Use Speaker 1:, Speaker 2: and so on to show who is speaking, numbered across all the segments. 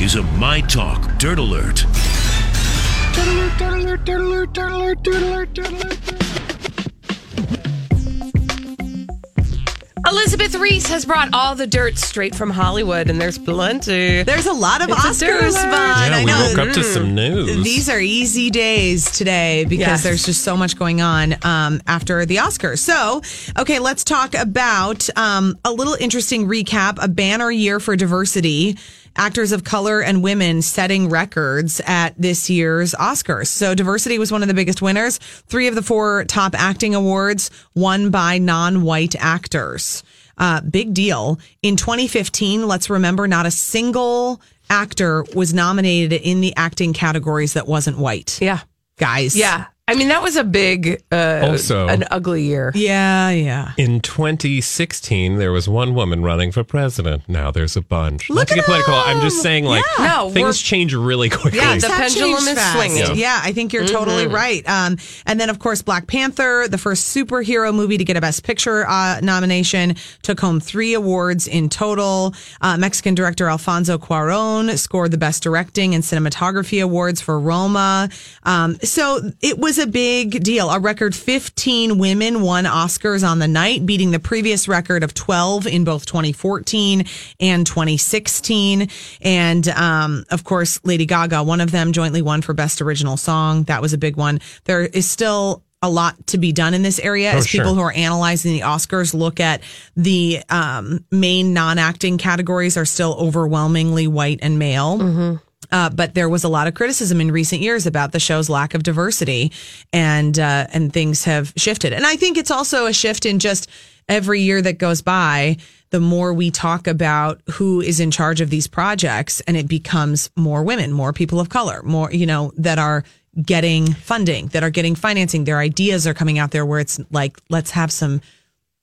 Speaker 1: is a My Talk Dirt Alert.
Speaker 2: Elizabeth Reese has brought all the dirt straight from Hollywood, and there's plenty.
Speaker 3: There's a lot of
Speaker 2: It's a
Speaker 3: Oscars
Speaker 2: dirt alert.
Speaker 3: fun.
Speaker 4: Yeah,
Speaker 3: I
Speaker 4: we
Speaker 3: know. Mm.
Speaker 4: woke up to some news.
Speaker 3: These are easy days today because
Speaker 2: Yes.
Speaker 3: there's just so much going on um, after the Oscars. So, okay, let's talk about um, a little interesting recap a banner year for diversity, actors of color and women setting records at this year's Oscars. So, diversity was one of the biggest winners. Three of the four top acting awards won by non white actors. Uh, big deal. In 2015, let's remember not a single actor was nominated in the acting categories that wasn't white.
Speaker 2: Yeah.
Speaker 3: Guys.
Speaker 2: Yeah. I mean, that was a big, uh,
Speaker 4: Also-
Speaker 2: an ugly year.
Speaker 3: Yeah, yeah.
Speaker 4: In 2016, there was one woman running for president. Now there's a bunch. Not
Speaker 3: Look
Speaker 4: to
Speaker 3: at
Speaker 4: get political. I'm just
Speaker 3: them.
Speaker 4: saying, like,
Speaker 2: Yeah. No, we're-
Speaker 4: things change really quickly.
Speaker 2: Yeah, the
Speaker 3: That
Speaker 2: pendulum
Speaker 3: changed
Speaker 2: is
Speaker 3: fast.
Speaker 2: swinging. Mm-hmm.
Speaker 3: Yeah, I think you're totally right. Um, and then, of course, Black Panther, the first superhero movie to get a Best Picture uh, nomination, took home three awards in total. Uh, Mexican director Alfonso Cuaron scored the Best Directing and Cinematography awards for Roma. Um, so it was a big deal. A record 15 women won Oscars on the night, beating the previous record of 12 in both 2014 and 2016. And um, of course, Lady Gaga, one of them jointly won for Best Original Song. That was a big one. There is still a lot to be done in this area as
Speaker 4: sure.
Speaker 3: people who are analyzing the Oscars look at the um, main non acting categories are still overwhelmingly white and male. Uh, but there was a lot of criticism in recent years about the show's lack of diversity, and uh, and things have shifted. And I think it's also a shift in just every year that goes by. The more we talk about who is in charge of these projects, and it becomes more women, more people of color, more you know that are getting funding, that are getting financing. Their ideas are coming out there, where it's like, let's have some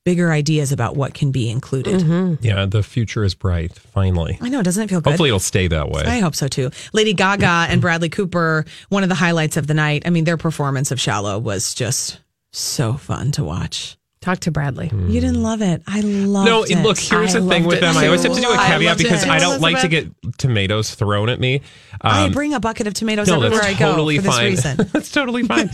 Speaker 3: bigger ideas about what can be included.
Speaker 4: Yeah, the future is bright, finally.
Speaker 3: I know, doesn't it feel good?
Speaker 4: Hopefully, it'll stay that way.
Speaker 3: I hope so too. Lady Gaga and Bradley Cooper, one of the highlights of the night. I mean, their performance of Shallow was just so fun to watch.
Speaker 2: Talk to Bradley.
Speaker 3: You didn't love it. I loved
Speaker 4: No,
Speaker 3: it.
Speaker 4: look, here's
Speaker 2: I
Speaker 4: the thing with
Speaker 2: loved it
Speaker 4: them. I always have to do a
Speaker 2: too. I
Speaker 4: caveat
Speaker 2: loved it
Speaker 4: because
Speaker 2: too,
Speaker 4: I don't like to get
Speaker 3: Elizabeth.
Speaker 4: tomatoes thrown at me.
Speaker 3: I
Speaker 4: Um,
Speaker 3: bring a bucket of tomatoes
Speaker 4: no,
Speaker 3: everywhere I
Speaker 4: that's
Speaker 3: go
Speaker 4: totally
Speaker 3: for this
Speaker 4: fine.
Speaker 3: reason.
Speaker 4: that's totally fine.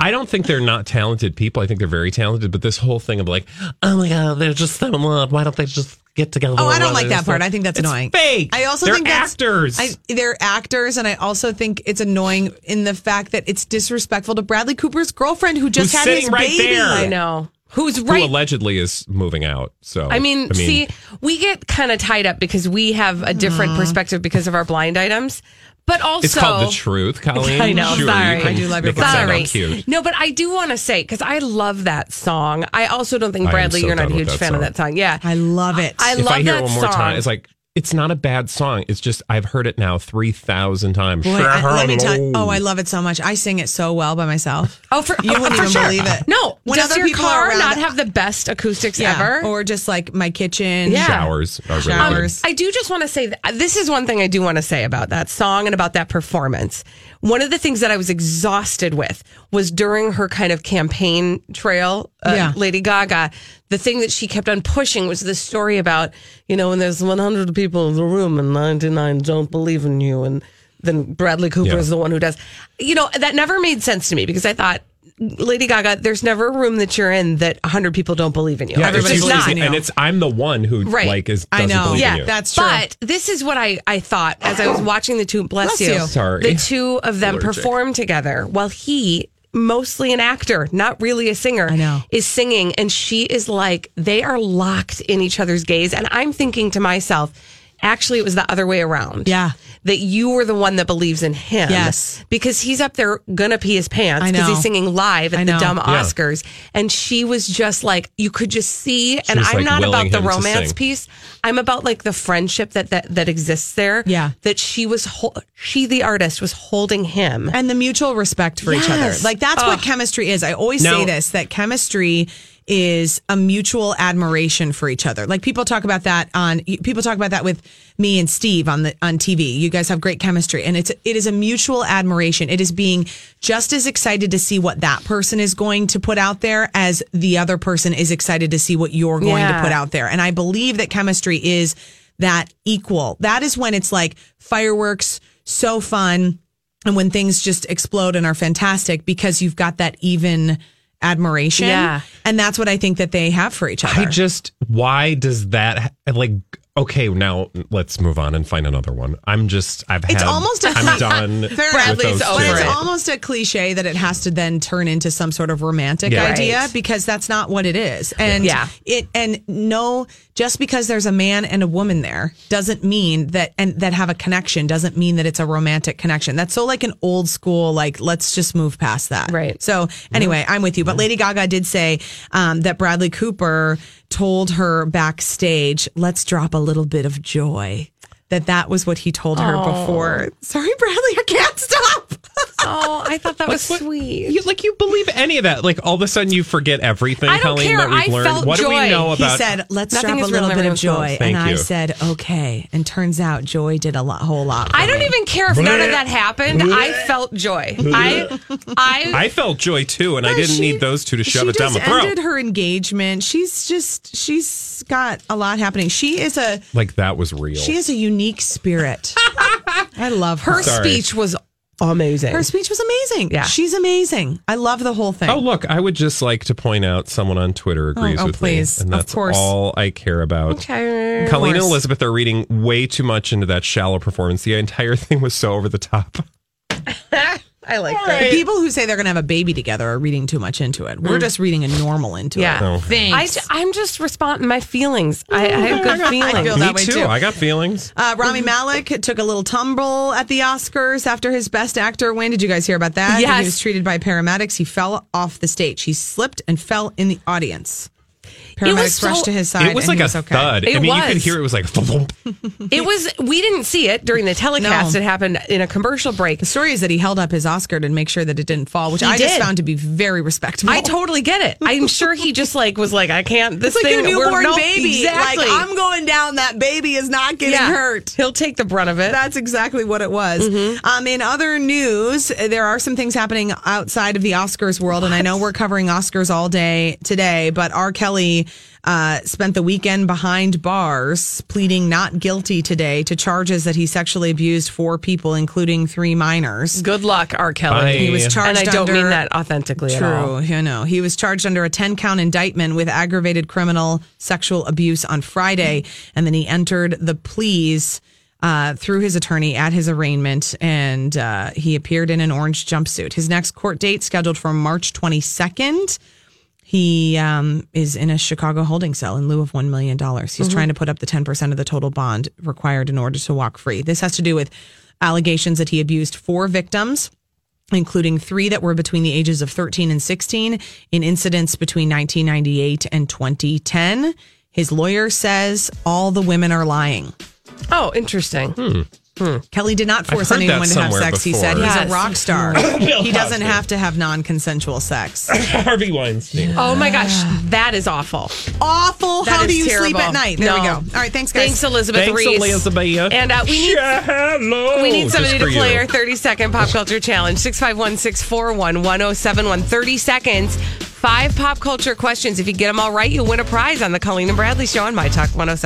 Speaker 4: I don't think they're not talented people. I think they're very talented. But this whole thing of like, oh my god, they're just so in love. Why don't they just get together?
Speaker 3: Oh, I
Speaker 4: and
Speaker 3: don't
Speaker 4: run
Speaker 3: like
Speaker 4: it?"
Speaker 3: that
Speaker 4: It's
Speaker 3: part. I think that's
Speaker 4: it's
Speaker 3: annoying.
Speaker 4: Fake.
Speaker 3: I also
Speaker 4: They're
Speaker 3: think that's,
Speaker 4: actors.
Speaker 3: I, they're actors, and I also think it's annoying in the fact that it's disrespectful to Bradley Cooper's girlfriend who just
Speaker 4: Who's
Speaker 3: had
Speaker 4: sitting
Speaker 3: his
Speaker 4: right
Speaker 3: baby.
Speaker 4: there.
Speaker 2: I know. Who's
Speaker 4: who
Speaker 2: right?
Speaker 4: allegedly is moving out. So
Speaker 2: I mean, see, we get kind of tied up because we have a different perspective because of our blind items. But also,
Speaker 4: it's called the truth, Colleen.
Speaker 2: I know.
Speaker 4: Sure,
Speaker 2: sorry,
Speaker 4: you can
Speaker 3: I do love your
Speaker 4: make it sound
Speaker 2: sorry.
Speaker 4: cute.
Speaker 2: No, but I do want to say because I love that song. I also don't think
Speaker 4: am
Speaker 2: Bradley,
Speaker 4: so
Speaker 2: you're not a
Speaker 4: done with that
Speaker 2: huge fan of
Speaker 4: song.
Speaker 2: that song. Yeah,
Speaker 3: I love it.
Speaker 2: I
Speaker 4: If
Speaker 2: love
Speaker 4: I hear
Speaker 2: that
Speaker 4: it one more
Speaker 2: song.
Speaker 4: time, it's like it's not a bad song. It's just I've heard it now three thousand times.
Speaker 3: Boy, I- let me tell you, oh, I love it so much. I sing it so well by myself.
Speaker 2: Oh, for
Speaker 3: You
Speaker 2: oh,
Speaker 3: wouldn't
Speaker 2: for
Speaker 3: even
Speaker 2: sure.
Speaker 3: believe it.
Speaker 2: No,
Speaker 3: When
Speaker 2: does
Speaker 3: other
Speaker 2: your
Speaker 3: people are
Speaker 2: car
Speaker 3: around-
Speaker 2: not have the best acoustics ever?
Speaker 3: Or just like my kitchen.
Speaker 2: Yeah.
Speaker 4: Showers are really
Speaker 2: Um,
Speaker 3: Showers.
Speaker 2: I do just want to say that this is one thing I do want to say about that song and about that performance. One of the things that I was exhausted with was during her kind of campaign trail, uh,
Speaker 3: Yeah.
Speaker 2: Lady Gaga. The thing that she kept on pushing was this story about you know when there's 100 people in the room and 99 don't believe in you, and then Bradley Cooper
Speaker 4: Yeah.
Speaker 2: is the one who does. You know that never made sense to me because I thought. Lady Gaga, there's never a room that you're in that 100 people don't believe in you.
Speaker 4: Yeah, it's
Speaker 2: Everybody's
Speaker 4: usually,
Speaker 2: not.
Speaker 4: and it's I'm the one who
Speaker 2: Right.
Speaker 4: like is
Speaker 3: I
Speaker 4: doesn't
Speaker 3: know.
Speaker 4: believe
Speaker 3: Yeah,
Speaker 4: in you.
Speaker 3: that's- true.
Speaker 2: But this is what I, I thought as I was watching the two bless,
Speaker 3: Bless you.
Speaker 4: Sorry.
Speaker 2: the two of them
Speaker 4: Allergic.
Speaker 2: perform together while he mostly an actor, not really a singer,
Speaker 3: I know.
Speaker 2: is singing and she is like they are locked in each other's gaze and I'm thinking to myself actually it was the other way around.
Speaker 3: Yeah.
Speaker 2: That you were the one that believes in him.
Speaker 3: Yes.
Speaker 2: Because he's up there gonna pee his pants
Speaker 3: I
Speaker 2: because
Speaker 3: know.
Speaker 2: he's singing live
Speaker 3: I
Speaker 2: at the
Speaker 3: know.
Speaker 2: dumb
Speaker 4: Yeah.
Speaker 2: Oscars. And she was just like you could just see and
Speaker 4: was,
Speaker 2: I'm
Speaker 4: like,
Speaker 2: not
Speaker 4: willing
Speaker 2: about the
Speaker 4: him to
Speaker 2: romance
Speaker 4: sing.
Speaker 2: piece. I'm about like the friendship that that, that exists there.
Speaker 3: Yeah.
Speaker 2: That she was hol- she the artist was holding him.
Speaker 3: and the mutual respect for each other.
Speaker 2: Yes.
Speaker 3: Like that's what chemistry is. I always say
Speaker 4: Now-
Speaker 3: this that chemistry is a mutual admiration for each other. Like people talk about that on people talk about that with me and Steve on the on TV. You guys have great chemistry and it's it is a mutual admiration. It is being just as excited to see what that person is going to put out there as the other person is excited to see what you're going
Speaker 2: Yeah.
Speaker 3: to put out there. And I believe that chemistry is that equal. That is when it's like fireworks, so fun, and when things just explode and are fantastic because you've got that even admiration.
Speaker 2: Yeah.
Speaker 3: And that's what I think that they have for each other.
Speaker 4: I just why does that like okay now let's move on and find another one. I'm just I've
Speaker 3: It's
Speaker 4: had
Speaker 3: almost a
Speaker 4: I'm done.
Speaker 3: Fair enough.
Speaker 4: with those
Speaker 2: Bradley's
Speaker 4: two.
Speaker 2: over
Speaker 3: But it's
Speaker 2: Right.
Speaker 3: almost a cliche that it has to then turn into some sort of romantic
Speaker 4: Yeah.
Speaker 3: idea
Speaker 2: Right.
Speaker 3: because that's not what it is. And
Speaker 2: Yeah.
Speaker 3: it and no, just because there's a man and a woman there doesn't mean that and that have a connection doesn't mean that it's a romantic connection. That's so like an old school like let's just move past that.
Speaker 2: Right.
Speaker 3: So anyway, I'm with you. But Lady Gaga did say um, that Bradley Cooper told her backstage, "Let's drop a little bit of joy." That that was what he told her before. Sorry, Bradley, I can't stop.
Speaker 2: Oh, I thought that was
Speaker 4: What-
Speaker 2: sweet.
Speaker 4: You, like you believe any of that? Like all of a sudden you forget everything,
Speaker 2: I don't
Speaker 4: Colleen.
Speaker 2: care.
Speaker 4: That we've
Speaker 2: I
Speaker 4: learned.
Speaker 2: felt
Speaker 4: what do
Speaker 2: joy.
Speaker 4: we know
Speaker 2: He
Speaker 4: about?
Speaker 3: he said, "Let's
Speaker 2: Nothing
Speaker 3: drop a
Speaker 2: is
Speaker 3: little
Speaker 2: real,
Speaker 3: bit of
Speaker 2: everyone's
Speaker 3: joy,"
Speaker 2: close.
Speaker 4: Thank
Speaker 3: and I
Speaker 4: you.
Speaker 3: said, "Okay." And turns out, joy did a lot, whole lot. for
Speaker 2: I don't
Speaker 3: me.
Speaker 2: even care if none of that happened. I felt joy. I, I,
Speaker 4: I felt joy too, and I
Speaker 3: But
Speaker 4: didn't
Speaker 3: she-
Speaker 4: need those two to shove
Speaker 3: she
Speaker 4: it down
Speaker 3: just
Speaker 4: my throat.
Speaker 3: ended her engagement. She's just she's got a lot happening. She is a
Speaker 4: like that was real.
Speaker 3: she is a unique spirit. I love her.
Speaker 2: her speech was amazing.
Speaker 3: Her speech was amazing.
Speaker 2: Yeah.
Speaker 3: she's amazing. I love the whole thing.
Speaker 4: Oh, look, I would just like to point out someone on Twitter agrees
Speaker 3: oh,
Speaker 4: with
Speaker 3: please.
Speaker 4: me. And
Speaker 3: Of
Speaker 4: that's
Speaker 3: course.
Speaker 4: all I care about.
Speaker 2: Okay.
Speaker 4: Colleen and
Speaker 3: course.
Speaker 4: Elizabeth are reading way too much into that shallow performance. The entire thing was so over the top.
Speaker 2: I like
Speaker 3: The
Speaker 2: that.
Speaker 3: people who say they're going to have a baby together are reading too much into it. We're just reading a normal into
Speaker 2: Mm. Yeah.
Speaker 4: No.
Speaker 2: I,
Speaker 5: Thanks.
Speaker 2: I'm just responding my feelings. I, I have good feelings.
Speaker 3: feel
Speaker 4: Me
Speaker 3: that way,
Speaker 4: too.
Speaker 3: too.
Speaker 4: I got feelings.
Speaker 3: Uh, Rami Malik took a little tumble at the Oscars after his Best Actor win. Did you guys hear about that?
Speaker 2: Yes.
Speaker 3: He was treated by paramedics. He fell off the stage. He slipped and fell in the audience.
Speaker 2: was
Speaker 3: Paramedics
Speaker 2: so-
Speaker 3: rushed to his side.
Speaker 4: it was
Speaker 3: and
Speaker 4: like
Speaker 3: he
Speaker 4: a
Speaker 3: was okay.
Speaker 4: thud. I
Speaker 2: It
Speaker 4: mean, you could
Speaker 2: was.
Speaker 4: hear it was like thump.
Speaker 2: It was. We didn't see it during the telecast.
Speaker 3: No.
Speaker 2: It happened in a commercial break.
Speaker 3: The story is that he held up his Oscar to make sure that it didn't fall, which
Speaker 2: He
Speaker 3: I just
Speaker 2: did.
Speaker 3: found to be very respectable.
Speaker 2: I totally get it. I'm sure he just like was like, I can't. This
Speaker 3: It's like
Speaker 2: thing,
Speaker 3: your
Speaker 2: we're-
Speaker 3: newborn
Speaker 2: no,
Speaker 3: baby.
Speaker 2: Exactly.
Speaker 3: Like, I'm going down. That baby is not getting
Speaker 2: Yeah.
Speaker 3: hurt.
Speaker 2: He'll take the brunt of it.
Speaker 3: That's exactly what it was. Um, in other news, there are some things happening outside of the Oscars world, and I know we're covering Oscars all day today, but R. Kelly uh, spent the weekend behind bars pleading not guilty today to charges that he sexually abused four people, including three minors.
Speaker 2: Good luck, R. Kelly.
Speaker 4: Bye. He was
Speaker 3: charged
Speaker 2: and I don't
Speaker 3: under-
Speaker 2: mean that authentically at all.
Speaker 3: True, you know. He was charged under a 10 count indictment with aggravated criminal sexual abuse on Friday, and then he entered the pleas. Uh, through his attorney at his arraignment, and uh, he appeared in an orange jumpsuit. His next court date scheduled for March 22nd. He um, is in a Chicago holding cell in lieu of $1 million. He's
Speaker 2: Mm-hmm.
Speaker 3: trying to put up the 10% of the total bond required in order to walk free. This has to do with allegations that he abused four victims, including three that were between the ages of 13 and 16 in incidents between 1998 and 2010. His lawyer says all the women are lying.
Speaker 2: Oh, interesting.
Speaker 3: Kelly did not force
Speaker 4: heard that
Speaker 3: anyone to have
Speaker 4: somewhere
Speaker 3: sex. He said he's
Speaker 4: before.
Speaker 2: Yes.
Speaker 3: a rock star. he doesn't
Speaker 4: Cosby.
Speaker 3: have to have non consensual sex.
Speaker 4: Harvey Weinstein.
Speaker 2: Oh my gosh, that is awful.
Speaker 3: Awful.
Speaker 2: That
Speaker 3: How
Speaker 2: is
Speaker 3: do you sleep
Speaker 2: terrible.
Speaker 3: at night? There we
Speaker 2: No.
Speaker 3: go. All right. Thanks, guys.
Speaker 2: Thanks, Elizabeth
Speaker 4: Thanks,
Speaker 2: Reese.
Speaker 4: Elizabeth.
Speaker 2: And uh, we need
Speaker 4: Shallow.
Speaker 2: we need somebody
Speaker 4: Just
Speaker 2: to
Speaker 4: for
Speaker 2: play
Speaker 4: you.
Speaker 2: our 30 second pop culture challenge 651 641 1071. 30 seconds, five pop culture questions. If you get them all right, you'll win a prize on the Colleen and Bradley show on My Talk 107.